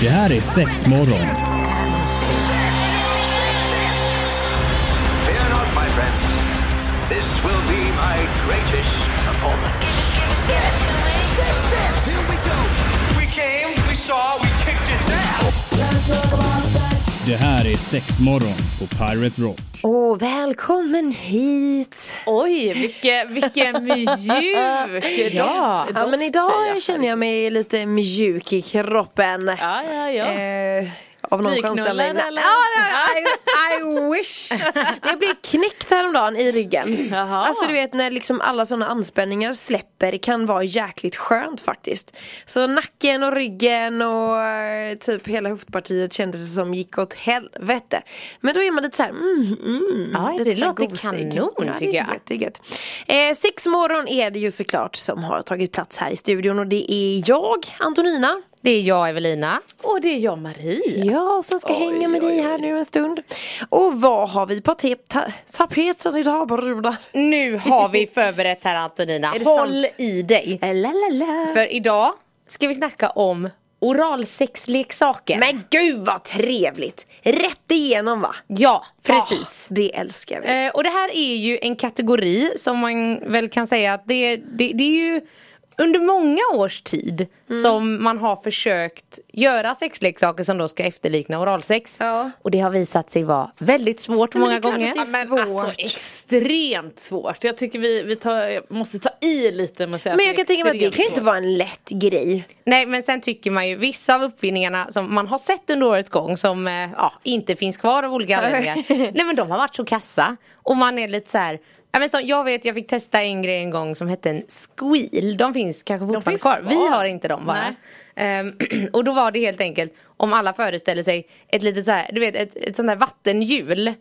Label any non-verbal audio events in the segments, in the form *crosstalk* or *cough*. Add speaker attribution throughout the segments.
Speaker 1: Det här är sex morgon.
Speaker 2: Fear not, my friends. This will be my greatest performance.
Speaker 3: Six, six, six.
Speaker 2: We came, we saw, we kicked its ass.
Speaker 1: Det här är sex morgon på Pirate Rock.
Speaker 4: Åh, välkommen hit!
Speaker 5: Oj, vilken,
Speaker 4: *laughs*
Speaker 6: *laughs*
Speaker 5: vilken mjuk
Speaker 4: Ja,
Speaker 5: doft,
Speaker 4: ja men
Speaker 5: doft,
Speaker 4: idag
Speaker 5: säger
Speaker 4: känner jag mig lite mjuk i kroppen.
Speaker 5: Ja, ja, ja.
Speaker 4: Eh, av någon
Speaker 5: Nyknullad,
Speaker 4: konstnärlig...
Speaker 5: eller?
Speaker 4: Ja, I, I
Speaker 5: *laughs*
Speaker 4: wish! Jag blev knäckt häromdagen i ryggen.
Speaker 5: Jaha.
Speaker 4: Alltså du vet när liksom alla sådana anspänningar släpper kan vara jäkligt skönt faktiskt. Så nacken och ryggen och eh, typ hela höftpartiet kändes det som gick åt helvete. Men då är man lite såhär, mm, mm.
Speaker 5: Aj, det
Speaker 4: lite så här
Speaker 5: låter
Speaker 4: gosig.
Speaker 5: kanon, tycker
Speaker 4: det är
Speaker 5: jag.
Speaker 4: gött, det är gött. Eh, sex morgon är det ju såklart som har tagit plats här i studion och det är jag, Antonina.
Speaker 6: Det är jag Evelina.
Speaker 5: Och det är jag Marie.
Speaker 4: Ja, som ska hänga med dig här nu en stund. Och vad har vi på tep- ta- tapeten idag brudar?
Speaker 6: Nu har vi förberett här Antonina.
Speaker 4: Är det
Speaker 6: Håll
Speaker 4: sant?
Speaker 6: i dig.
Speaker 4: Lalalala.
Speaker 6: För idag ska vi snacka om oralsexleksaker.
Speaker 4: Men gud vad trevligt! Rätt igenom va?
Speaker 6: Ja, precis.
Speaker 4: Ah, det älskar vi.
Speaker 6: Eh, och det här är ju en kategori som man väl kan säga att det, det, det är ju under många års tid
Speaker 4: Mm.
Speaker 6: som man har försökt göra sexleksaker som då ska efterlikna oralsex.
Speaker 4: Ja.
Speaker 6: Och det har visat sig vara väldigt svårt
Speaker 4: men
Speaker 6: många
Speaker 4: det är klart
Speaker 6: gånger.
Speaker 4: att det är
Speaker 5: Men alltså
Speaker 4: Svårt.
Speaker 5: extremt svårt. Jag tycker vi, vi tar, jag måste ta i lite med att säga
Speaker 4: Men
Speaker 5: att
Speaker 4: jag
Speaker 5: det är
Speaker 4: kan tänka mig att det
Speaker 5: extremt
Speaker 4: kan ju inte
Speaker 5: svårt.
Speaker 4: vara en lätt grej.
Speaker 6: Nej men sen tycker man ju vissa av uppfinningarna som man har sett under årets gång som eh, ja, inte finns kvar av olika anledningar. Nej men de har varit så kassa. Och man är lite så här. Ja, men så, jag vet jag fick testa en grej en gång som hette en squeal. De finns kanske fortfarande
Speaker 5: finns
Speaker 6: kvar.
Speaker 5: kvar.
Speaker 6: Vi har inte dem bara.
Speaker 5: Nej.
Speaker 6: Ehm, *clears throat* och då var det helt enkelt om alla föreställer sig ett litet så här, du vet ett, ett sånt där vattenhjul.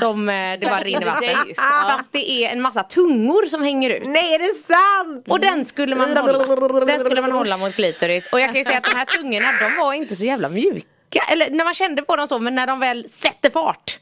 Speaker 6: Som eh, det bara rinner
Speaker 5: *laughs*
Speaker 6: vatten.
Speaker 5: Precis, ja.
Speaker 6: Fast det är en massa tungor som hänger ut.
Speaker 4: Nej, är det sant?
Speaker 6: Och den skulle man hålla, den skulle man hålla mot klitoris. Och jag kan ju säga att de här tungorna de var inte så jävla mjuka. Eller när man kände på dem så men när de väl sätter fart.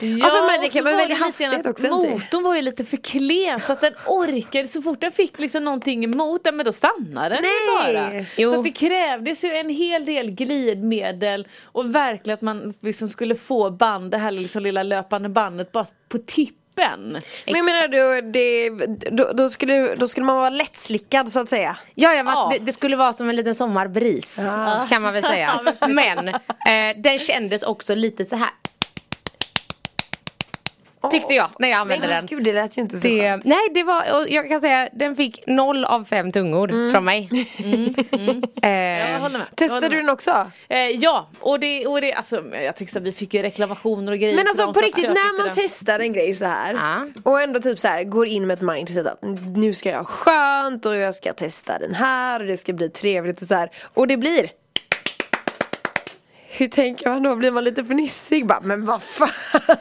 Speaker 4: Ja, för men det kan
Speaker 5: och så
Speaker 4: man
Speaker 5: var
Speaker 4: välja
Speaker 5: det lite
Speaker 4: hastighet
Speaker 5: grann att
Speaker 4: också, inte?
Speaker 5: Motorn var ju lite för klen så att den orkade, så fort den fick liksom någonting emot den men då stannade den ju
Speaker 4: Nej.
Speaker 5: bara. Så
Speaker 6: Jo.
Speaker 5: att det krävdes ju en hel del glidmedel och verkligen att man liksom skulle få band, det här liksom lilla löpande bandet bara på tippen.
Speaker 4: Men jag menar då, det, då, då, skulle, då skulle man vara lättslickad så att säga.
Speaker 6: Ja, ja, men
Speaker 5: Ja.
Speaker 6: Det, det skulle vara som en liten sommarbris kan man väl
Speaker 4: *laughs*
Speaker 6: säga. Men eh, den kändes också lite så här. Tyckte jag när jag använde den.
Speaker 4: Men gud, det lät ju inte så
Speaker 6: Det,
Speaker 4: skönt.
Speaker 6: nej det var, och jag kan säga den fick noll av fem tungor
Speaker 4: Mm.
Speaker 6: från mig. Eh,
Speaker 5: Jag håller med. Jag
Speaker 4: Testade
Speaker 5: håller
Speaker 4: du
Speaker 5: med.
Speaker 4: den också?
Speaker 5: Eh, ja, och det, och det alltså, jag tyckte att vi fick ju reklamationer och grejer.
Speaker 4: Men
Speaker 5: till
Speaker 4: alltså
Speaker 5: dem,
Speaker 4: på
Speaker 5: så att
Speaker 4: riktigt,
Speaker 5: jag
Speaker 4: när
Speaker 5: tyckte
Speaker 4: man
Speaker 5: typ den-
Speaker 4: testar en grej så här
Speaker 6: Ja.
Speaker 4: och ändå typ så här går in med ett mindset att nu ska jag ha skönt och jag ska testa den här och det ska bli trevligt och så här och det blir hur tänker man då? Blir man lite fnissig? Bara, men vad fan! *laughs*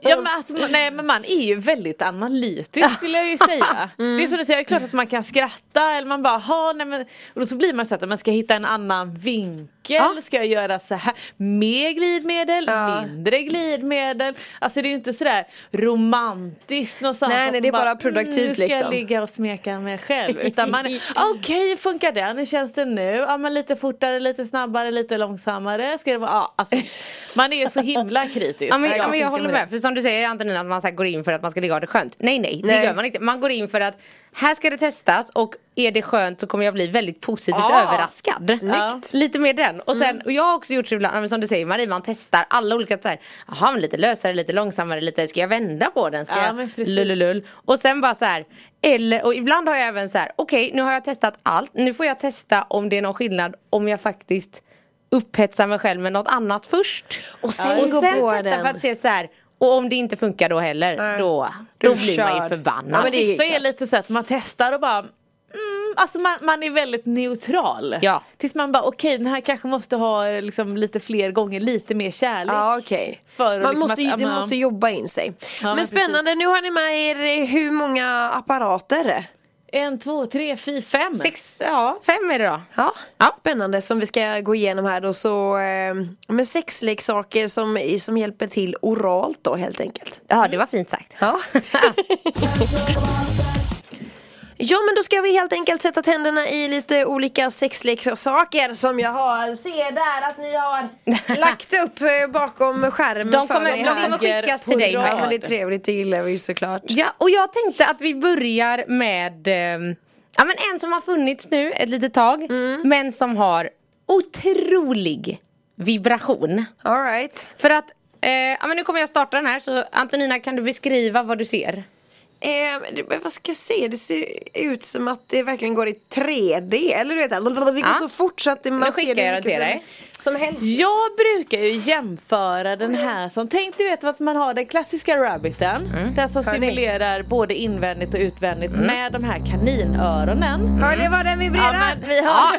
Speaker 5: Ja, men alltså, man- nej men man är ju väldigt analytisk skulle jag ju säga. Det är som du säger, det är klart att man kan skratta eller man bara ha nej men och då så blir man så att man ska jag hitta en annan vinkel, ska jag göra så här mer glidmedel, mindre glidmedel. Alltså det är ju inte sådär romantiskt någonstans.
Speaker 4: Nej,
Speaker 5: att
Speaker 4: nej,
Speaker 5: man
Speaker 4: det är bara produktivt,
Speaker 5: mm, Nu ska
Speaker 4: liksom."
Speaker 5: jag ligga och smeka mig själv. Utan man är, okej hur funkar den, hur känns det nu? Ja men lite fortare, lite snabbare, lite långsammare. Ska det vara, ja, alltså, man är så himla kritisk.
Speaker 6: Ja, men,
Speaker 5: typ. Nej,
Speaker 6: ja, men jag
Speaker 5: tänker
Speaker 6: håller
Speaker 5: mig
Speaker 6: med.
Speaker 5: det.
Speaker 6: För som du säger Antonina, att man så här går in för att man ska ligga och ha det skönt. Nej, nej,
Speaker 4: Nej.
Speaker 6: det gör man inte. Man går in för att här ska det testas och är det skönt så kommer jag bli väldigt positivt
Speaker 4: Ah,
Speaker 6: överraskad.
Speaker 4: snyggt.
Speaker 6: Lite mer den. Och sen,
Speaker 5: Mm.
Speaker 6: och jag har också gjort så ibland, ja, men som du säger Marie, man testar alla olika så här, jaha, men lite lösare, lite långsammare, lite, ska jag vända på den? Ska
Speaker 5: Ja, men
Speaker 6: jag
Speaker 5: precis.
Speaker 6: lululull? Och sen bara så här, eller, och ibland har jag även så här, okej, nu har jag testat allt, nu får jag testa om det är någon skillnad om jag faktiskt upphetsar mig själv med något annat först.
Speaker 4: Och sen
Speaker 6: och
Speaker 4: gå
Speaker 6: sen
Speaker 4: på
Speaker 6: testa
Speaker 4: den.
Speaker 6: för att se så här. Och om det inte funkar då heller, då,
Speaker 4: Då
Speaker 6: då,
Speaker 4: är du
Speaker 6: blir man
Speaker 4: körd.
Speaker 6: ju förbannad.
Speaker 4: Ja, men det är
Speaker 5: Vissa
Speaker 4: klart.
Speaker 5: är lite så att man testar och bara mm, Alltså man, man är väldigt neutral.
Speaker 6: Ja.
Speaker 5: Tills man bara okej den här kanske måste ha liksom, lite fler gånger, lite mer kärlek.
Speaker 4: Ja okej.
Speaker 5: För att
Speaker 4: Man
Speaker 5: liksom
Speaker 4: måste,
Speaker 5: att-
Speaker 4: ju-
Speaker 5: ja,
Speaker 4: det
Speaker 5: men-
Speaker 4: måste jobba in sig. men,
Speaker 5: men
Speaker 4: spännande, nu har ni med er hur många apparater?
Speaker 5: En, två, tre, fyra, fem.
Speaker 6: Sex, ja fem är det då.
Speaker 4: Ja,
Speaker 6: Ja.
Speaker 4: spännande som vi ska gå igenom här då så eh, med sexleksaker som, som hjälper till oralt
Speaker 6: *laughs*
Speaker 4: då helt enkelt.
Speaker 6: Ja det var fint sagt.
Speaker 4: Ja. Ja men då ska vi helt enkelt sätta tänderna i lite olika sexleksaker som jag har. Se där att ni har lagt upp eh, bakom skärmen
Speaker 6: De
Speaker 4: för
Speaker 6: kommer-
Speaker 4: mig
Speaker 6: de
Speaker 4: här.
Speaker 6: kommer skickas till dig,
Speaker 4: Ja
Speaker 6: Maja.
Speaker 4: men det är trevligt, det gillar vi såklart.
Speaker 6: Ja, och jag tänkte att vi börjar med ehm, ja, men en som har funnits nu ett litet tag
Speaker 4: Mm.
Speaker 6: men som har otrolig vibration.
Speaker 4: Alright.
Speaker 6: För att, eh, ja, men nu kommer jag starta den här så Antonina kan du beskriva vad du ser?
Speaker 4: Eh, men det, men vad ska jag se? Det ser ut som att det verkligen går i 3D. Eller du vet, det går
Speaker 6: Ja.
Speaker 4: så fort så att det- man
Speaker 6: Nu
Speaker 4: ser
Speaker 6: skickar
Speaker 4: det
Speaker 6: jag den
Speaker 4: mycket
Speaker 6: till
Speaker 4: som-
Speaker 6: dig.
Speaker 4: Som helst.
Speaker 5: Jag brukar ju jämföra den här som, tänk du vet att man har den klassiska rabbiten,
Speaker 4: Mm.
Speaker 5: den som
Speaker 4: Hör ni?
Speaker 5: stimulerar både invändigt och utvändigt
Speaker 4: Mm.
Speaker 5: med de här kaninöronen.
Speaker 4: Ja det var den
Speaker 5: Ja,
Speaker 4: vibrerade.
Speaker 5: men vi
Speaker 4: *laughs*
Speaker 5: har...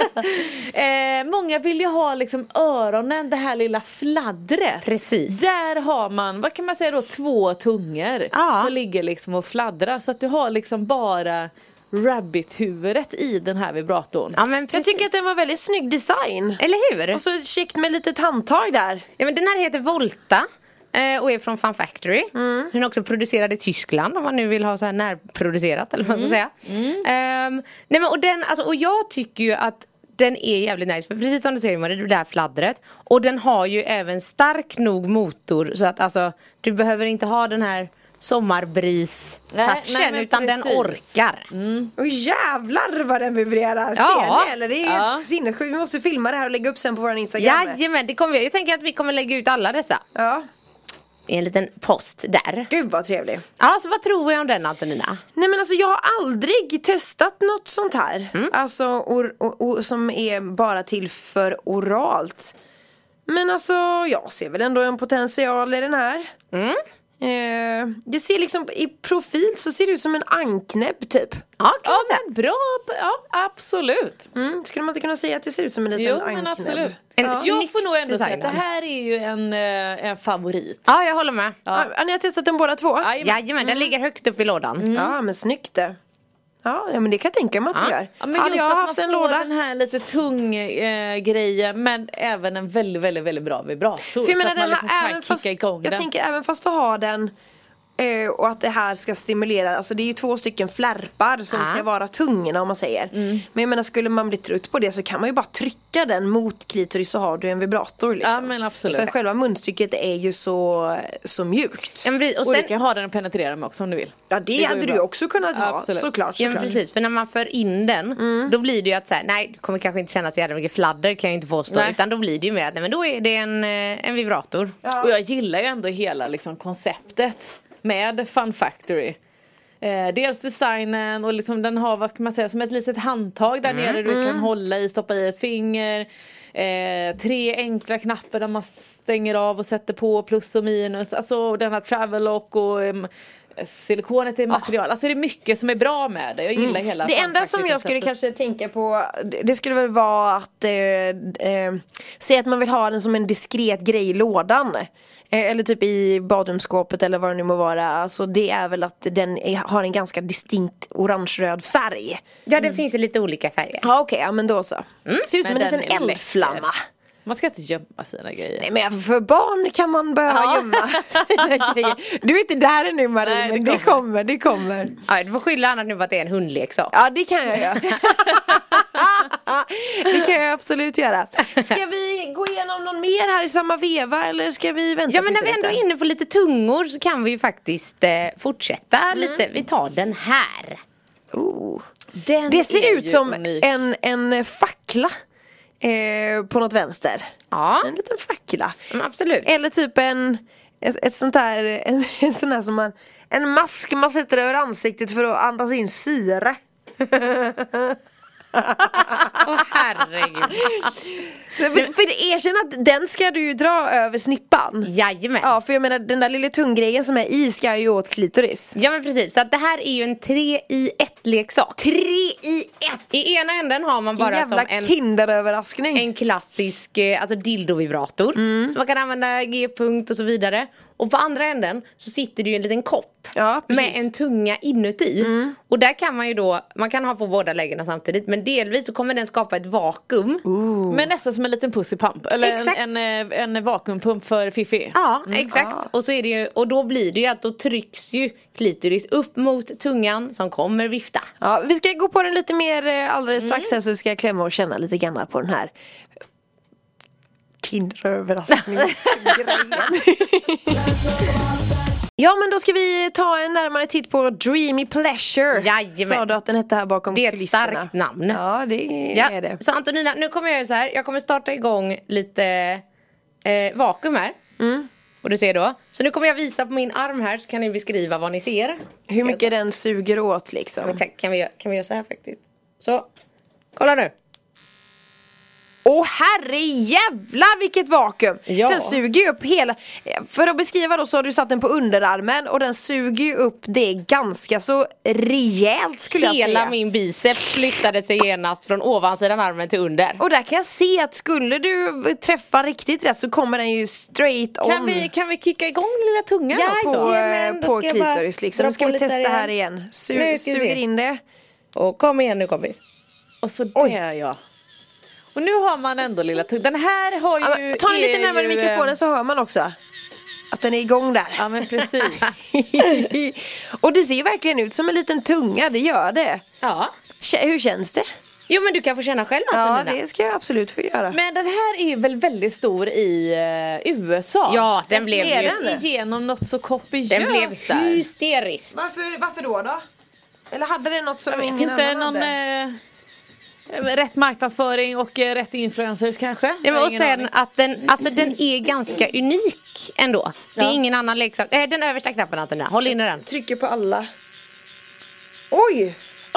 Speaker 5: *laughs* eh, många vill ju ha liksom öronen, det här lilla fladdret.
Speaker 6: Precis.
Speaker 5: Där har man, vad kan man säga då, två tungor
Speaker 6: Ja.
Speaker 5: som ligger liksom och fladdrar så att du har liksom bara rabbit-huvudet i den här vibratorn.
Speaker 6: Ja, men
Speaker 4: jag
Speaker 6: precis.
Speaker 4: tycker att den var väldigt snygg design.
Speaker 6: Eller hur?
Speaker 4: Och så käckt med litet handtag där.
Speaker 6: Ja, men den här heter Volta eh, och är från Fun Factory. Den är också producerad i Tyskland om man nu vill ha så här närproducerat eller vad man ska säga. Ehm, nej, men, och, den, alltså, och jag tycker ju att den är jävligt nice, för precis som du säger Marie, det där fladdret Och den har ju även stark nog motor så att alltså Du behöver inte ha den här
Speaker 5: Nej, nej,
Speaker 6: sommarbris-touchen
Speaker 5: men
Speaker 6: utan den
Speaker 5: precis.
Speaker 6: orkar
Speaker 4: Och jävlar vad den vibrerar!
Speaker 6: Ja.
Speaker 4: Ser ni eller? Det är
Speaker 5: Ja.
Speaker 4: helt sinnessjukt. Vi måste filma det här och lägga upp sen på vår Instagram.
Speaker 6: Jajamän, det kommer vi Jag tänker att vi kommer lägga ut alla dessa
Speaker 4: ja.
Speaker 6: I en liten post där
Speaker 4: Gud vad trevlig.
Speaker 6: Ja, så vad tror vi om den Antonina?
Speaker 4: Nej men alltså jag har aldrig testat något sånt här.
Speaker 5: Mm.
Speaker 4: Alltså or, or, or, som är bara till för oralt. Men alltså jag ser väl ändå en potential i den här.
Speaker 5: Mm.
Speaker 4: Eh, det ser liksom i profil så ser det ut som en anknäbb typ.
Speaker 6: Ja, kan
Speaker 5: Ja
Speaker 6: man säga.
Speaker 5: men bra, ja absolut.
Speaker 4: Mm, skulle man inte kunna säga att det ser ut som en liten
Speaker 5: Jo
Speaker 4: anknäbb?
Speaker 5: men absolut.
Speaker 6: En
Speaker 5: Jag
Speaker 6: snyggt
Speaker 5: får nog ändå säga att det
Speaker 6: designad.
Speaker 5: här är ju en, eh, en favorit.
Speaker 6: Ja, Mm. jag håller med.
Speaker 4: Ja. Ah, ni har testat den båda två?
Speaker 6: Jajamän, den ligger högt upp i lådan.
Speaker 4: Ja men snyggt det. Ja ja, men det kan jag tänka mig att det gör.
Speaker 5: Mm. Ja, men
Speaker 4: Hade
Speaker 5: just
Speaker 4: jag
Speaker 5: att
Speaker 4: haft
Speaker 5: man
Speaker 4: en
Speaker 5: får
Speaker 4: låda.
Speaker 5: den här lite tung eh, grejen men även en väldigt väldigt väldigt bra vibrator.
Speaker 4: För jag
Speaker 5: så
Speaker 4: menar
Speaker 5: att
Speaker 4: den
Speaker 5: man liksom
Speaker 4: här,
Speaker 5: kan
Speaker 4: även fast,
Speaker 5: kicka igång
Speaker 4: jag
Speaker 5: den.
Speaker 4: tänker även fast du har den eh, och att det här ska stimulera, alltså det är ju två stycken flärpar som
Speaker 6: Ja.
Speaker 4: ska vara tungorna om man säger.
Speaker 5: Mm.
Speaker 4: Men jag menar skulle man bli trött på det så kan man ju bara trycka den mot klitoris så har du en vibrator liksom.
Speaker 5: Ja, men absolut.
Speaker 4: För själva munstycket är ju så, så mjukt.
Speaker 6: Ja, men precis. och
Speaker 5: Och
Speaker 6: sen,
Speaker 5: du kan ha den och penetrera med också om du vill.
Speaker 4: Ja det,
Speaker 5: går ju
Speaker 4: hade du
Speaker 5: bra.
Speaker 4: ju också kunnat ha
Speaker 5: Absolut.
Speaker 4: såklart.
Speaker 6: ja, men
Speaker 4: såklart.
Speaker 6: precis, för när man för in den då blir det ju att så här, nej det kommer kanske inte kännas så jävla mycket fladder kan jag inte påstå
Speaker 5: Nej.
Speaker 6: utan då blir det ju mer att nej, men då är det en, eh, en vibrator.
Speaker 5: Och jag gillar ju ändå hela liksom, konceptet med Fun Factory. Eh, dels designen och liksom den har vad ska man säga som ett litet handtag
Speaker 4: Mm,
Speaker 5: där nere du kan hålla i, stoppa i ett finger. Eh, tre enkla knappar där man stänger av och sätter på plus och minus. Alltså den här travelock och um, silikonet i material. Alltså det är mycket som är bra med det. Jag gillar hela
Speaker 4: Ah. Mm. Det
Speaker 5: Fun
Speaker 4: enda som jag skulle
Speaker 5: Factory-konceptet.
Speaker 4: kanske tänka på det- Det skulle väl vara att eh, eh, Säga att man vill ha den som en diskret grej i lådan eh, Eller typ i badrumsskåpet eller vad det nu må vara Alltså det är väl att den är, har en ganska distinkt orange-röd färg
Speaker 6: Ja den finns i lite olika färger.
Speaker 4: Ja okej, ja men då så Ser ut som
Speaker 5: Mm, Men
Speaker 4: en
Speaker 5: den
Speaker 4: liten
Speaker 5: är läcker.
Speaker 4: eldflamma
Speaker 5: Man ska inte gömma sina grejer.
Speaker 4: Nej men för barn kan man behöva gömma *laughs* sina grejer Du är inte där ännu Marie
Speaker 5: Nej, det
Speaker 4: men det kommer, det kommer
Speaker 6: Ja, du får skylla annat nu på att det är en hundleksak.
Speaker 4: Ja det kan jag göra. *laughs* det kan jag absolut göra. Ska vi gå igenom någon mer här i samma veva eller ska vi vänta
Speaker 6: Ja men
Speaker 4: på
Speaker 6: när vi ändå
Speaker 4: internet?
Speaker 6: är inne på lite tungor så kan vi ju faktiskt eh, fortsätta lite. Vi tar den här.
Speaker 4: Oh.
Speaker 5: Den
Speaker 4: Det ser
Speaker 5: är
Speaker 4: ut
Speaker 5: ju
Speaker 4: som
Speaker 5: unik.
Speaker 4: en, en fackla. Eh, på något vänster.
Speaker 6: Ja,
Speaker 4: En liten fackla.
Speaker 6: mm, absolut.
Speaker 4: Eller typ en, ett, ett sånt här, en, *laughs* en sån här som man, en mask man sätter över ansiktet för att andas in syre.
Speaker 6: *laughs*
Speaker 4: *laughs*
Speaker 6: Åh herregud.
Speaker 4: För, för erkänn att den ska du ju dra över snippan.
Speaker 6: Jajamän.
Speaker 4: Ja för jag menar den där lilla tunggrejen som är i ska ju åt klitoris
Speaker 6: Ja men precis, så att det här är ju en tre i ett leksak. Tre i ett! I ena änden har man bara
Speaker 4: Jävla
Speaker 6: som en,
Speaker 4: kinderöverraskning
Speaker 6: en klassisk eh, alltså dildovibrator. Så man kan använda g-punkt och så vidare. Och på andra änden så sitter det ju en liten kopp
Speaker 4: Ja,
Speaker 6: med
Speaker 4: precis.
Speaker 6: en tunga inuti. Och där kan man ju då, man kan ha på båda lägena samtidigt men delvis så kommer den skapa ett vakuum.
Speaker 5: Uh. Men nästan som en liten pussypump. Eller
Speaker 6: Exakt.
Speaker 5: en, en, eh, en vakuumpump för Fifi.
Speaker 6: Ja, exakt. Och, så är det ju, och då blir det ju att då trycks ju klitoris upp mot tungan som kommer vifta.
Speaker 4: Ja, vi ska gå på den lite mer eh, alldeles strax
Speaker 6: Mm.
Speaker 4: här så ska jag klämma och känna lite grann på den här
Speaker 6: *laughs*
Speaker 4: Kinderöverraskningsgrejen. ja men då ska vi ta en närmare titt på Dreamy Pleasure.
Speaker 6: Jajamän.
Speaker 4: Sa du att den hette här bakom
Speaker 6: Det är ett
Speaker 4: kulisserna?
Speaker 6: starkt namn.
Speaker 4: Ja det
Speaker 6: Ja,
Speaker 4: är det.
Speaker 6: Så Antonina, nu kommer jag ju så här. Jag kommer starta igång lite eh, vakuum här. Och du ser då. Så nu kommer jag visa på min arm här så kan ni beskriva vad ni ser.
Speaker 4: Hur mycket den suger åt liksom.
Speaker 6: Exakt, kan vi, gö- kan vi göra så här faktiskt? Så, kolla nu.
Speaker 4: Åh herre jävla vilket vakuum!
Speaker 6: Ja.
Speaker 4: Den suger ju upp hela, för att beskriva då så har du satt den på underarmen och den suger ju upp det ganska så rejält skulle jag
Speaker 6: Hela
Speaker 4: säga.
Speaker 6: min biceps flyttade sig genast från ovansidan armen till under.
Speaker 4: Och där kan jag se att skulle du träffa riktigt rätt så kommer den ju straight on.
Speaker 5: Kan vi, kan vi kicka igång lilla tungan
Speaker 6: Ja,
Speaker 5: då?
Speaker 4: På, eh,
Speaker 5: På?
Speaker 6: Jajamän, då
Speaker 4: på
Speaker 6: ska jag bara
Speaker 4: klitoris liksom.
Speaker 6: dra
Speaker 4: Nu ska
Speaker 6: på
Speaker 4: vi
Speaker 6: lite
Speaker 4: testa
Speaker 6: där
Speaker 4: här
Speaker 6: igen.
Speaker 4: igen.
Speaker 6: Nu
Speaker 4: Su-
Speaker 6: ska vi
Speaker 4: suger
Speaker 6: se.
Speaker 4: in det.
Speaker 6: Och kom igen nu kompis.
Speaker 5: Och så där ja. Och nu har man ändå lilla tungan. Den här har
Speaker 4: Ja,
Speaker 5: ju...
Speaker 4: men, ta den
Speaker 5: är
Speaker 4: lite närmare
Speaker 5: ju, eh,
Speaker 4: mikrofonen så hör man också att den är igång där.
Speaker 5: Ja men precis.
Speaker 4: *laughs* och det ser verkligen ut som en liten tunga, det gör det.
Speaker 6: Ja.
Speaker 4: Kä- Hur känns det?
Speaker 6: Jo men du kan få känna själv
Speaker 4: Ja,
Speaker 6: Antonina.
Speaker 4: det ska jag absolut få göra.
Speaker 5: Men den här är väl väldigt stor i eh, USA?
Speaker 6: Ja, den blev
Speaker 5: slet
Speaker 4: ju-
Speaker 5: igenom något så kopiöst
Speaker 6: Den blev
Speaker 5: där.
Speaker 6: hysterisk.
Speaker 4: varför, varför då då? Eller hade det något som
Speaker 5: Jag vet inte, någon
Speaker 4: eh,
Speaker 5: eh, rätt marknadsföring och eh, rätt influencers kanske?
Speaker 6: Ja,
Speaker 5: Jag har
Speaker 6: men och
Speaker 5: ingen
Speaker 6: sen
Speaker 5: aning.
Speaker 6: att den, alltså den är ganska unik ändå. Det är
Speaker 5: Ja.
Speaker 6: ingen annan leksak. Eh, den översta knappen Antonina, håll inne den.
Speaker 4: Trycker på alla. Oj!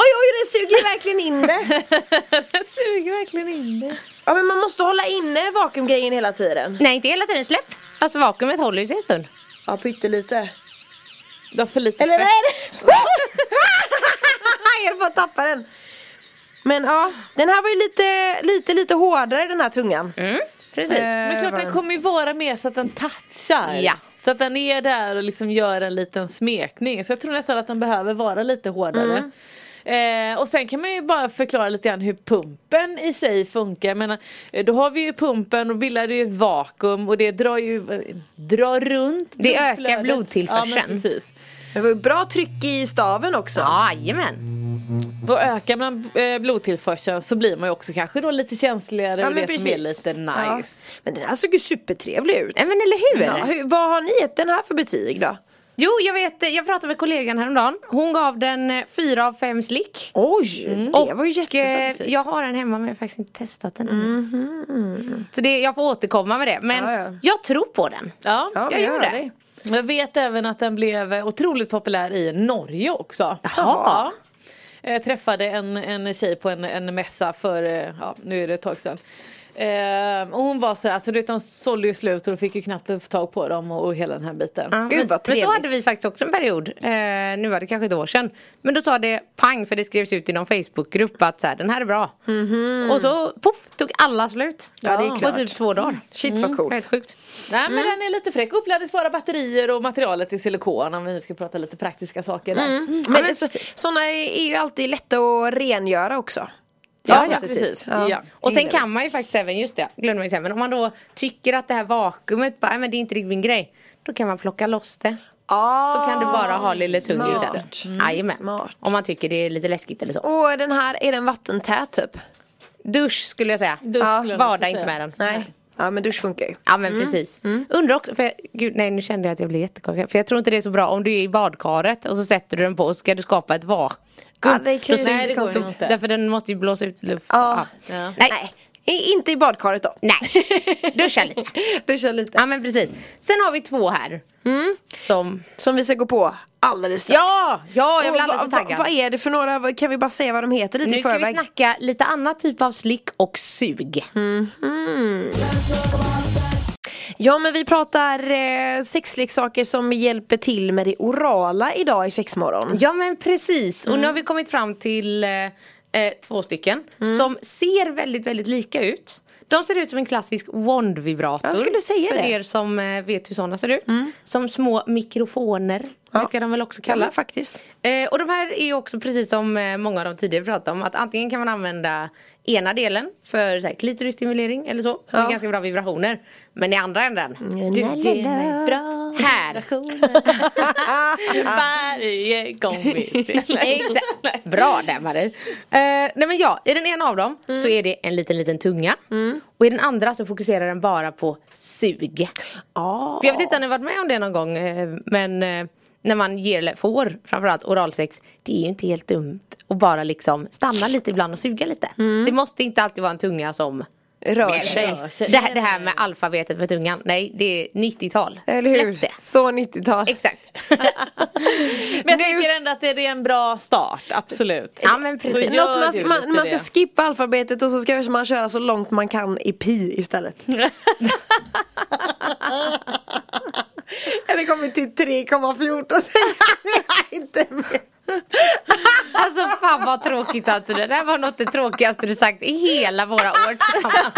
Speaker 4: Oj, oj, den suger ju verkligen in det.
Speaker 5: den suger verkligen in det.
Speaker 4: *laughs* Ja, men man måste hålla inne vakuumgrejen hela tiden.
Speaker 6: *laughs* Nej inte hela tiden, släpp. Alltså vakuumet håller ju sig en stund.
Speaker 4: Ja, pyttelite.
Speaker 5: Du har för lite
Speaker 4: Eller nej! *laughs*
Speaker 5: fett.
Speaker 4: det- Jag höll på att tappa den. Men ja, den här var ju lite, lite, lite hårdare den här tungan.
Speaker 6: Mm, precis.
Speaker 4: Eh.
Speaker 5: Men klart den kommer ju vara med så att den touchar.
Speaker 6: Ja.
Speaker 5: Så att den är där och liksom gör en liten smekning. Så jag tror nästan att den behöver vara lite hårdare.
Speaker 6: Mm.
Speaker 5: Eh, och sen kan man ju bara förklara lite grann hur pumpen i sig funkar. Jag menar, eh, då har vi ju pumpen och bildar ju ett vakuum och det drar ju eh, drar runt
Speaker 6: Det ökar
Speaker 5: blodflödet. Ja,
Speaker 6: blodtillförseln.
Speaker 5: men precis.
Speaker 4: Det var ju bra tryck i staven också.
Speaker 6: Ja, Jajamän.
Speaker 5: Och ökar man eh, blodtillförseln så blir man ju också kanske då lite känsligare och det som är lite
Speaker 4: Ja.
Speaker 5: nice.
Speaker 4: Men den här såg ju supertrevlig ut.
Speaker 6: Nej, Eh, men eller hur?
Speaker 4: Ja, hur, vad har ni gett den här för betyg då?
Speaker 6: Jo jag vet, eh, jag pratade med kollegan häromdagen. Hon gav den eh, fyra av fem slick.
Speaker 4: Oj, Mm. det var ju jättebra
Speaker 6: Eh,
Speaker 4: betyg.
Speaker 6: jag har den hemma men jag har faktiskt inte testat den ännu. Så det, jag får återkomma med det. Men
Speaker 4: Mhm. Ja, ja.
Speaker 6: jag tror på den.
Speaker 5: Ja.
Speaker 4: Ja, men
Speaker 6: jag gör
Speaker 4: gör
Speaker 6: det.
Speaker 4: det.
Speaker 5: Jag vet även att den blev otroligt populär i Norge också.
Speaker 6: Jaha.
Speaker 5: Jag träffade en, en tjej på en, en mässa för, eh, ja, nu är det ett tag sedan. Eh, och hon var så här, alltså du vet de sålde ju slut och de fick ju knappt få tag på dem och, och hela den här biten.
Speaker 6: Ja,
Speaker 4: Gud,
Speaker 6: men,
Speaker 4: vad
Speaker 6: men så
Speaker 4: trevligt.
Speaker 6: hade vi faktiskt också en period. Eh, nu var det kanske ett år sedan. Men då sa det pang för det skrevs ut i någon Facebookgrupp att så här, den här är bra. Och så poff tog alla slut.
Speaker 4: Mhm. Ja, det är klart. Mm.
Speaker 6: På typ två dagar.
Speaker 4: Shit vad coolt.
Speaker 6: Helt sjukt.
Speaker 5: Nej men
Speaker 6: Mm.
Speaker 5: den är lite fräck, uppladdningsbara batterier och materialet i silikon om vi nu ska prata lite praktiska saker där.
Speaker 6: Mm.
Speaker 5: Mm.
Speaker 4: Men, så, sådana är ju alltid lätta att rengöra också. Det är
Speaker 5: Ja, ja,
Speaker 4: positivt.
Speaker 5: precis.
Speaker 4: Ja.
Speaker 5: Ja.
Speaker 6: Och sen kan man ju faktiskt även, just det, glömde man ju säga, men om man då tycker att det här vakuumet, bara, "Nej, men det är inte riktigt min grej. Då kan man plocka loss det.
Speaker 4: Ah,
Speaker 6: Så kan du bara ha lille tungisen.
Speaker 4: smart. Mm,
Speaker 6: Jajamän.
Speaker 4: Smart.
Speaker 6: Om man tycker det är lite läskigt eller så.
Speaker 4: Och den här, är den vattentät typ?
Speaker 6: Dusch skulle jag säga.
Speaker 5: Dusch skulle jag också
Speaker 6: Bada
Speaker 5: säga.
Speaker 6: inte med den.
Speaker 4: Nej. Ja men dusch funkar ju.
Speaker 6: Ja men precis. Undrar också, för jag, gud, nej nu kände jag att jag blev jättekorkad. För jag tror inte det är så bra om du är i badkaret och så sätter du den på och ska du skapa ett vakuum.
Speaker 4: Ja, det är
Speaker 6: Då
Speaker 4: klurigt.
Speaker 6: syns-
Speaker 5: Nej, det går ju
Speaker 6: syns-
Speaker 5: inte.
Speaker 6: Därför den måste ju blåsa ut luft.
Speaker 4: Ja.
Speaker 5: Ja.
Speaker 6: Nej.
Speaker 4: Nej. Eh, I- Inte i badkaret då.
Speaker 6: Nej, duscha *laughs* lite.
Speaker 4: Duscha lite.
Speaker 6: Ja men precis. Sen har vi två här. Som...
Speaker 4: Som vi ska gå på alldeles strax.
Speaker 6: Ja, ja jag blir
Speaker 4: Och
Speaker 6: alldeles för
Speaker 4: vad-
Speaker 6: taggad.
Speaker 4: vad är det för några, vad- kan vi bara säga vad de heter lite
Speaker 6: nu
Speaker 4: i
Speaker 6: ska
Speaker 4: förväg?
Speaker 6: vi snacka lite annat typ av slick och sug.
Speaker 4: Ja men vi pratar eh, sexleksaker som hjälper till med det orala idag i sexmorgon.
Speaker 6: Ja men precis och nu
Speaker 4: Mm.
Speaker 6: har vi
Speaker 4: Mm.
Speaker 6: kommit fram till eh, eh, två stycken som ser väldigt väldigt lika ut. De ser ut som en klassisk wand-vibrator.
Speaker 4: Jag skulle säga
Speaker 6: för
Speaker 4: det. Mm.
Speaker 6: er som eh, vet hur sådana ser ut. Som små mikrofoner brukar de väl också
Speaker 4: Kan man
Speaker 6: kallas.
Speaker 4: faktiskt.
Speaker 6: Eh, och de här är ju också precis som eh, många av de tidigare pratade om. Att antingen kan man använda ena delen för så här, klitorisstimulering eller så. Det är
Speaker 4: Ja. Mm,
Speaker 6: ganska bra vibrationer. Men i andra änden.
Speaker 5: Du ger mig bra
Speaker 6: Här.
Speaker 5: varje gång
Speaker 4: *laughs*
Speaker 5: vi
Speaker 6: Exakt. Bra där Marie. Eh, nej men ja, i den ena av dem så
Speaker 4: Mm.
Speaker 6: är det en liten liten tunga. Och i den andra så fokuserar den bara på sug.
Speaker 4: Ah.
Speaker 6: För jag vet inte om ni har varit med om det någon gång eh, men eh, när man ger, eller får framförallt oralsex det är ju inte helt dumt att bara liksom stanna lite ibland och suga lite.
Speaker 4: Mm.
Speaker 6: Det måste inte alltid vara en tunga som
Speaker 4: *laughs* Rör
Speaker 5: sig.
Speaker 6: Det, här- det här med alfabetet för tungan, nej det är 90-tal.
Speaker 4: Eller hur?
Speaker 6: Släpp det.
Speaker 4: Så 90-tal.
Speaker 6: Exakt.
Speaker 4: *laughs*
Speaker 5: Men jag tycker ändå att det det är en bra start, absolut.
Speaker 6: Ja, men precis.
Speaker 5: Så gör
Speaker 4: Något
Speaker 5: du
Speaker 4: man, man,
Speaker 5: lite
Speaker 4: man ska
Speaker 5: det.
Speaker 4: skippa alfabetet och så ska man köra så långt man kan i pi istället.
Speaker 6: *laughs*
Speaker 4: *laughs* Eller kommit till 3,14 *laughs* säger jag inte mer.
Speaker 6: Alltså fan vad tråkigt att du, det där var något det tråkigaste du sagt i hela våra år tillsammans.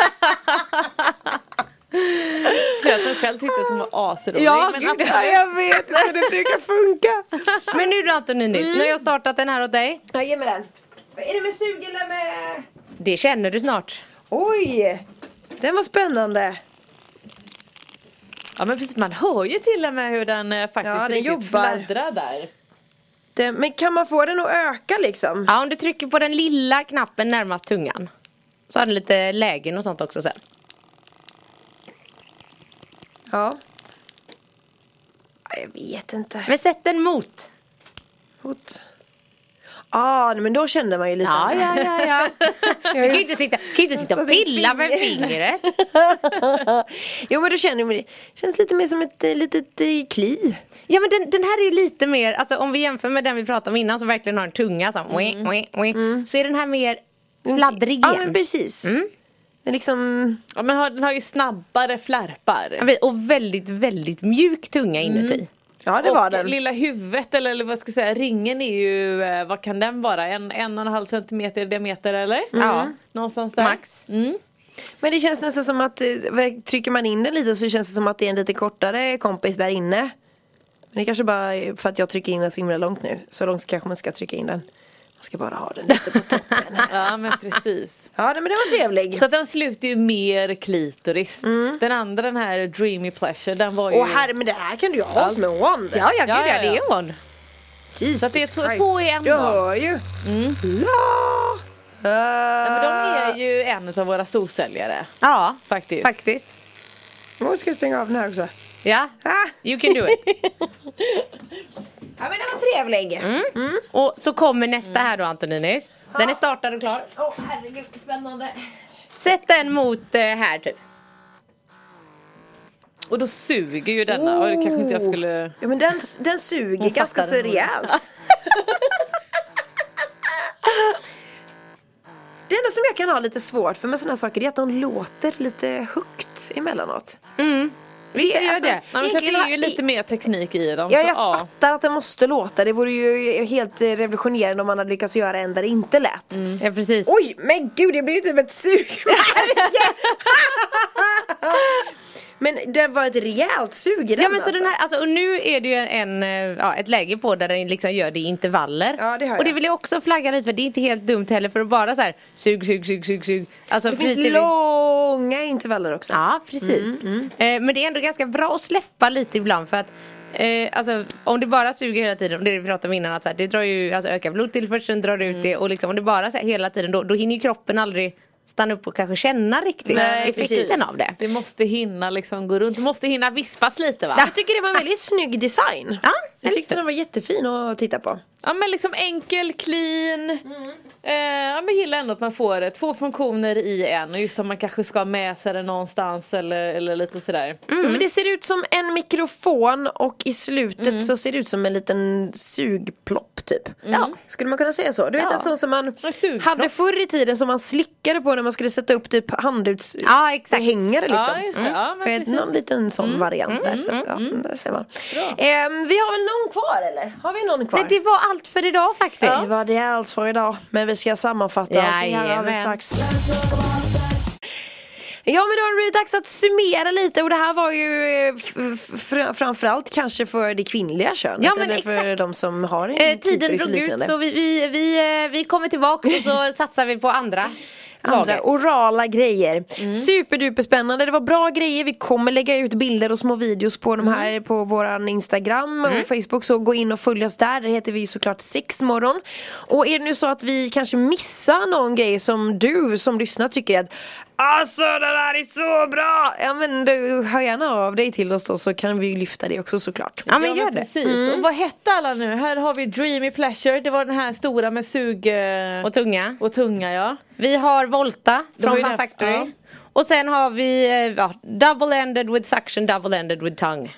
Speaker 5: Jag själv tyckte att hon var asrolig.
Speaker 6: Ja,
Speaker 5: men
Speaker 6: gud,
Speaker 5: absolut.
Speaker 4: Ja, jag vet inte, det brukar funka.
Speaker 6: Men nu då Antonini, nu har jag startat den här åt dig.
Speaker 4: Ja, ge mig den. Är det med sug eller med...
Speaker 6: Det känner du snart.
Speaker 4: Oj! Den var spännande.
Speaker 5: ja men precis, man hör ju till och med hur den eh, faktiskt
Speaker 4: Ja, den
Speaker 5: riktigt
Speaker 4: jobbar.
Speaker 5: fladdrar där.
Speaker 4: Den, men kan man få den att öka liksom?
Speaker 6: Ja, om du trycker på den lilla knappen närmast tungan. Så har den lite lägen och sånt också sen.
Speaker 4: Ja. Ja, Jag vet inte.
Speaker 6: Men sätt den mot.
Speaker 4: Hot. Ah, men då kände man ju lite
Speaker 6: Ja, ja, ja, ja. Du *laughs* kan ju inte sitta, du kan ju inte sitta och pilla med fingret.
Speaker 4: jo men då känner man det. Känns lite mer som ett eh, litet eh, kli.
Speaker 6: Ja men den, den här är ju lite mer, alltså om vi jämför med den vi pratade om innan som verkligen har en tunga som mm. Så är den här mer fladdrig Mm.
Speaker 4: Ja
Speaker 6: igen.
Speaker 4: men precis. Det är liksom,
Speaker 5: Ja, men har, den har ju snabbare
Speaker 6: Ja,
Speaker 5: flärpar.
Speaker 6: precis. Och väldigt, väldigt mjuk tunga inuti.
Speaker 4: ja det var den.
Speaker 5: lilla huvudet eller, eller vad ska jag säga, ringen är ju, eh, vad kan den vara, en, en och en halv centimeter i diameter eller?
Speaker 6: Ja.
Speaker 5: Någonstans där.
Speaker 6: Max.
Speaker 4: Men det känns nästan som att eh, väl, trycker man in den lite så känns det som att det är en lite kortare kompis där inne. Men det kanske bara är för att jag trycker in den så himla långt nu. Så långt kanske man ska trycka in den. Man ska bara ha den lite på
Speaker 5: *laughs*
Speaker 4: toppen.
Speaker 5: Ja men precis.
Speaker 6: *laughs*
Speaker 4: ja nej, men den var trevlig.
Speaker 5: Så att den sluter ju mer klitoris.
Speaker 6: Mm.
Speaker 5: Den andra den här dreamy pleasure den var ju...
Speaker 4: Åh herre men det här kan du ju ha som en wand.
Speaker 6: Ja, ja, gud, ja,
Speaker 5: Ja, ja,
Speaker 6: det
Speaker 5: ja.
Speaker 6: är hon.
Speaker 4: Jesus
Speaker 5: Så att det är två-
Speaker 4: Christ.
Speaker 5: två i en
Speaker 4: Jag
Speaker 5: då. Mm.
Speaker 4: hör ju. La.
Speaker 5: Men de
Speaker 4: Äh.
Speaker 5: är ju en av våra storsäljare.
Speaker 6: Ja,
Speaker 5: Faktiskt.
Speaker 6: faktiskt.
Speaker 4: Nu ska jag stänga av den här också.
Speaker 6: Ja,
Speaker 4: Ah.
Speaker 6: you can do it.
Speaker 4: Ja men den var trevlig.
Speaker 6: Och så kommer nästa här då Antoninis. Den är startad och klar.
Speaker 4: Åh herregud, spännande.
Speaker 6: Sätt den mot eh, här typ.
Speaker 5: Och då suger ju denna. Och det kanske inte jag skulle...
Speaker 4: Ja men den, den suger ganska så rejält. Det enda som jag kan ha lite svårt för med sådana saker är att de låter lite högt emellanåt.
Speaker 6: Mm. Visst
Speaker 4: Det-
Speaker 6: gör
Speaker 4: alltså,
Speaker 6: det?
Speaker 5: Nej, men så att det är ju
Speaker 4: Egentligen-
Speaker 5: lite mer teknik i dem.
Speaker 4: Ja,
Speaker 5: så,
Speaker 4: jag fattar att den måste låta. Det vore ju helt eh, revolutionerande om man hade lyckats göra en där det inte lät.
Speaker 6: Ja, precis.
Speaker 4: Oj, men gud det blir ju typ ett
Speaker 6: *laughs*
Speaker 4: sugmärke! *laughs* men det var ett rejält sug i den
Speaker 6: Ja men så
Speaker 4: alltså.
Speaker 6: den här, alltså, och nu är det ju en, eh, ja, ett läge på där den liksom gör det i intervaller.
Speaker 4: Ja, det har
Speaker 6: och det
Speaker 4: jag.
Speaker 6: vill jag också flagga lite för det är inte helt dumt heller för att bara så här sug, sug, sug, sug, sug. Alltså,
Speaker 4: Det
Speaker 6: flyter vi-
Speaker 4: finns långa intervaller också.
Speaker 6: Ja, precis.
Speaker 4: Mm,
Speaker 6: Eh, men det är ändå ganska bra att släppa lite ibland för att Eh, alltså, om det bara suger hela tiden, om det vi pratade om innan, att så här, det drar ju, alltså, ökar blodtillförseln, drar ut det
Speaker 4: Mm.
Speaker 6: och liksom, om det bara så här, hela tiden då, då hinner ju kroppen aldrig stanna upp och kanske känna riktigt effekten
Speaker 4: precis.
Speaker 6: av det.
Speaker 5: Det måste hinna liksom gå runt. Det måste hinna vispas lite va?
Speaker 4: Jag tycker det var en väldigt snygg design.
Speaker 6: Ja,
Speaker 4: jag tyckte den var jättefin att titta på.
Speaker 5: Ja men liksom enkel, clean. Eh, ja, men gillar ändå att man får eh, två funktioner i en och just om man kanske ska ha med sig det någonstans eller, eller lite sådär.
Speaker 4: Ja, men det ser ut som en mikrofon och i slutet så ser det ut som en liten sugplopp typ. Ja. Skulle man kunna säga så? Du vet
Speaker 6: Ja.
Speaker 4: en sån som man
Speaker 5: En sugplopp.
Speaker 4: hade förr i tiden som man slickade på när man skulle sätta upp typ
Speaker 6: Ja, exakt.
Speaker 4: handdukshängare liksom.
Speaker 5: Ja, just det. Ja, men
Speaker 4: Vet,
Speaker 5: precis.
Speaker 4: någon liten sån variant där. Så att, ja, där ser man. Ehm, vi har väl någon kvar eller? Har vi någon kvar?
Speaker 6: Nej, det var allt för idag faktiskt.
Speaker 4: Det var det allt för idag. Men vi ska sammanfatta allting här alldeles
Speaker 6: Jajamän.
Speaker 4: strax. Ja men då har det blivit dags att summera lite och det här var ju eh, f- f- fr- framförallt kanske för det kvinnliga könet
Speaker 6: Ja, men
Speaker 4: eller för
Speaker 6: exakt.
Speaker 4: de som har en
Speaker 6: Eh, tiden
Speaker 4: klitoris och
Speaker 6: drog ut
Speaker 4: liknande.
Speaker 6: så vi, vi, vi, eh, vi kommer tillbaka och
Speaker 4: *laughs*
Speaker 6: så satsar vi på andra
Speaker 4: Andra
Speaker 6: laget.
Speaker 4: orala grejer. Superduper spännande. Det var bra grejer. Vi kommer lägga ut bilder och små videos på de här på våran Instagram och Facebook. Så gå in och följ oss där. Där heter vi ju såklart sexmorgon. Och är det nu så att vi kanske missar någon grej som du som lyssnar tycker att Alltså det där är så bra! Ja men du, hör gärna av dig till oss då så kan vi ju lyfta det också såklart.
Speaker 6: Ja men gör det.
Speaker 5: Precis, och vad hette alla nu? Här har vi Dreamy Pleasure, det var den här stora med sug eh,
Speaker 6: Och tunga.
Speaker 5: och tunga ja.
Speaker 6: Vi har Volta
Speaker 5: var
Speaker 6: från
Speaker 5: ju
Speaker 6: Fun
Speaker 5: det-
Speaker 6: Factory.
Speaker 5: ja.
Speaker 6: Och sen har vi eh, ja, double ended with suction, double ended with tongue.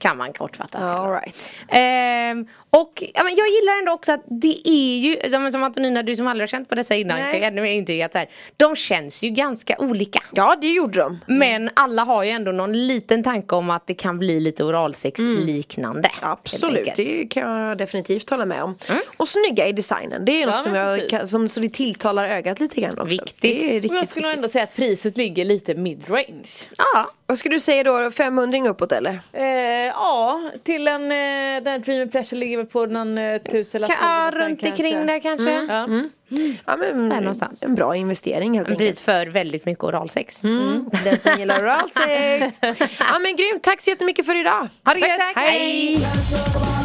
Speaker 6: Kan man kortfattat.
Speaker 4: Mm. Ja,
Speaker 6: säga.
Speaker 4: All right.
Speaker 6: Ehm, och ja, men jag gillar ändå också att det är ju, som, som Antonina du som aldrig har känt på dessa innan,
Speaker 4: Nej.
Speaker 6: kan jag ännu mer intyga att här, de känns ju ganska olika.
Speaker 4: Ja det gjorde de.
Speaker 6: Men alla har ju ändå någon liten tanke om att det kan bli lite oralsex liknande. helt
Speaker 4: Mm. Absolut,
Speaker 6: enkelt. Mm.
Speaker 4: det kan jag definitivt hålla med om. Och snygga i designen, det är något som,
Speaker 5: men
Speaker 4: jag
Speaker 5: precis.
Speaker 4: kan, som så det tilltalar ögat lite grann också.
Speaker 6: Viktigt.
Speaker 4: Det är
Speaker 6: Och
Speaker 4: riktigt,
Speaker 5: Och jag skulle nog
Speaker 4: viktigt.
Speaker 5: ändå säga att priset ligger lite midrange.
Speaker 6: Ja,
Speaker 4: Vad skulle du säga då, 500 uppåt eller?
Speaker 5: Eh, ja, till en, eh, den Dreamy Pleasure ligger väl på någon eh, tusenlapp.
Speaker 6: kan, ja
Speaker 5: eller något
Speaker 6: runt
Speaker 5: där
Speaker 6: omkring där Mm. kanske.
Speaker 4: Mm.
Speaker 5: Ja.
Speaker 4: Ja, men,
Speaker 6: Där någonstans. Mm.
Speaker 4: En bra investering helt enkelt.
Speaker 6: Pris för väldigt mycket oralsex.
Speaker 4: Mm. Den som gillar
Speaker 6: *laughs*
Speaker 4: oralsex. ja men grymt, tack så jättemycket för idag.
Speaker 6: Ha
Speaker 4: Tack,
Speaker 6: det gött.
Speaker 4: tack.
Speaker 6: Hej.
Speaker 4: Hej.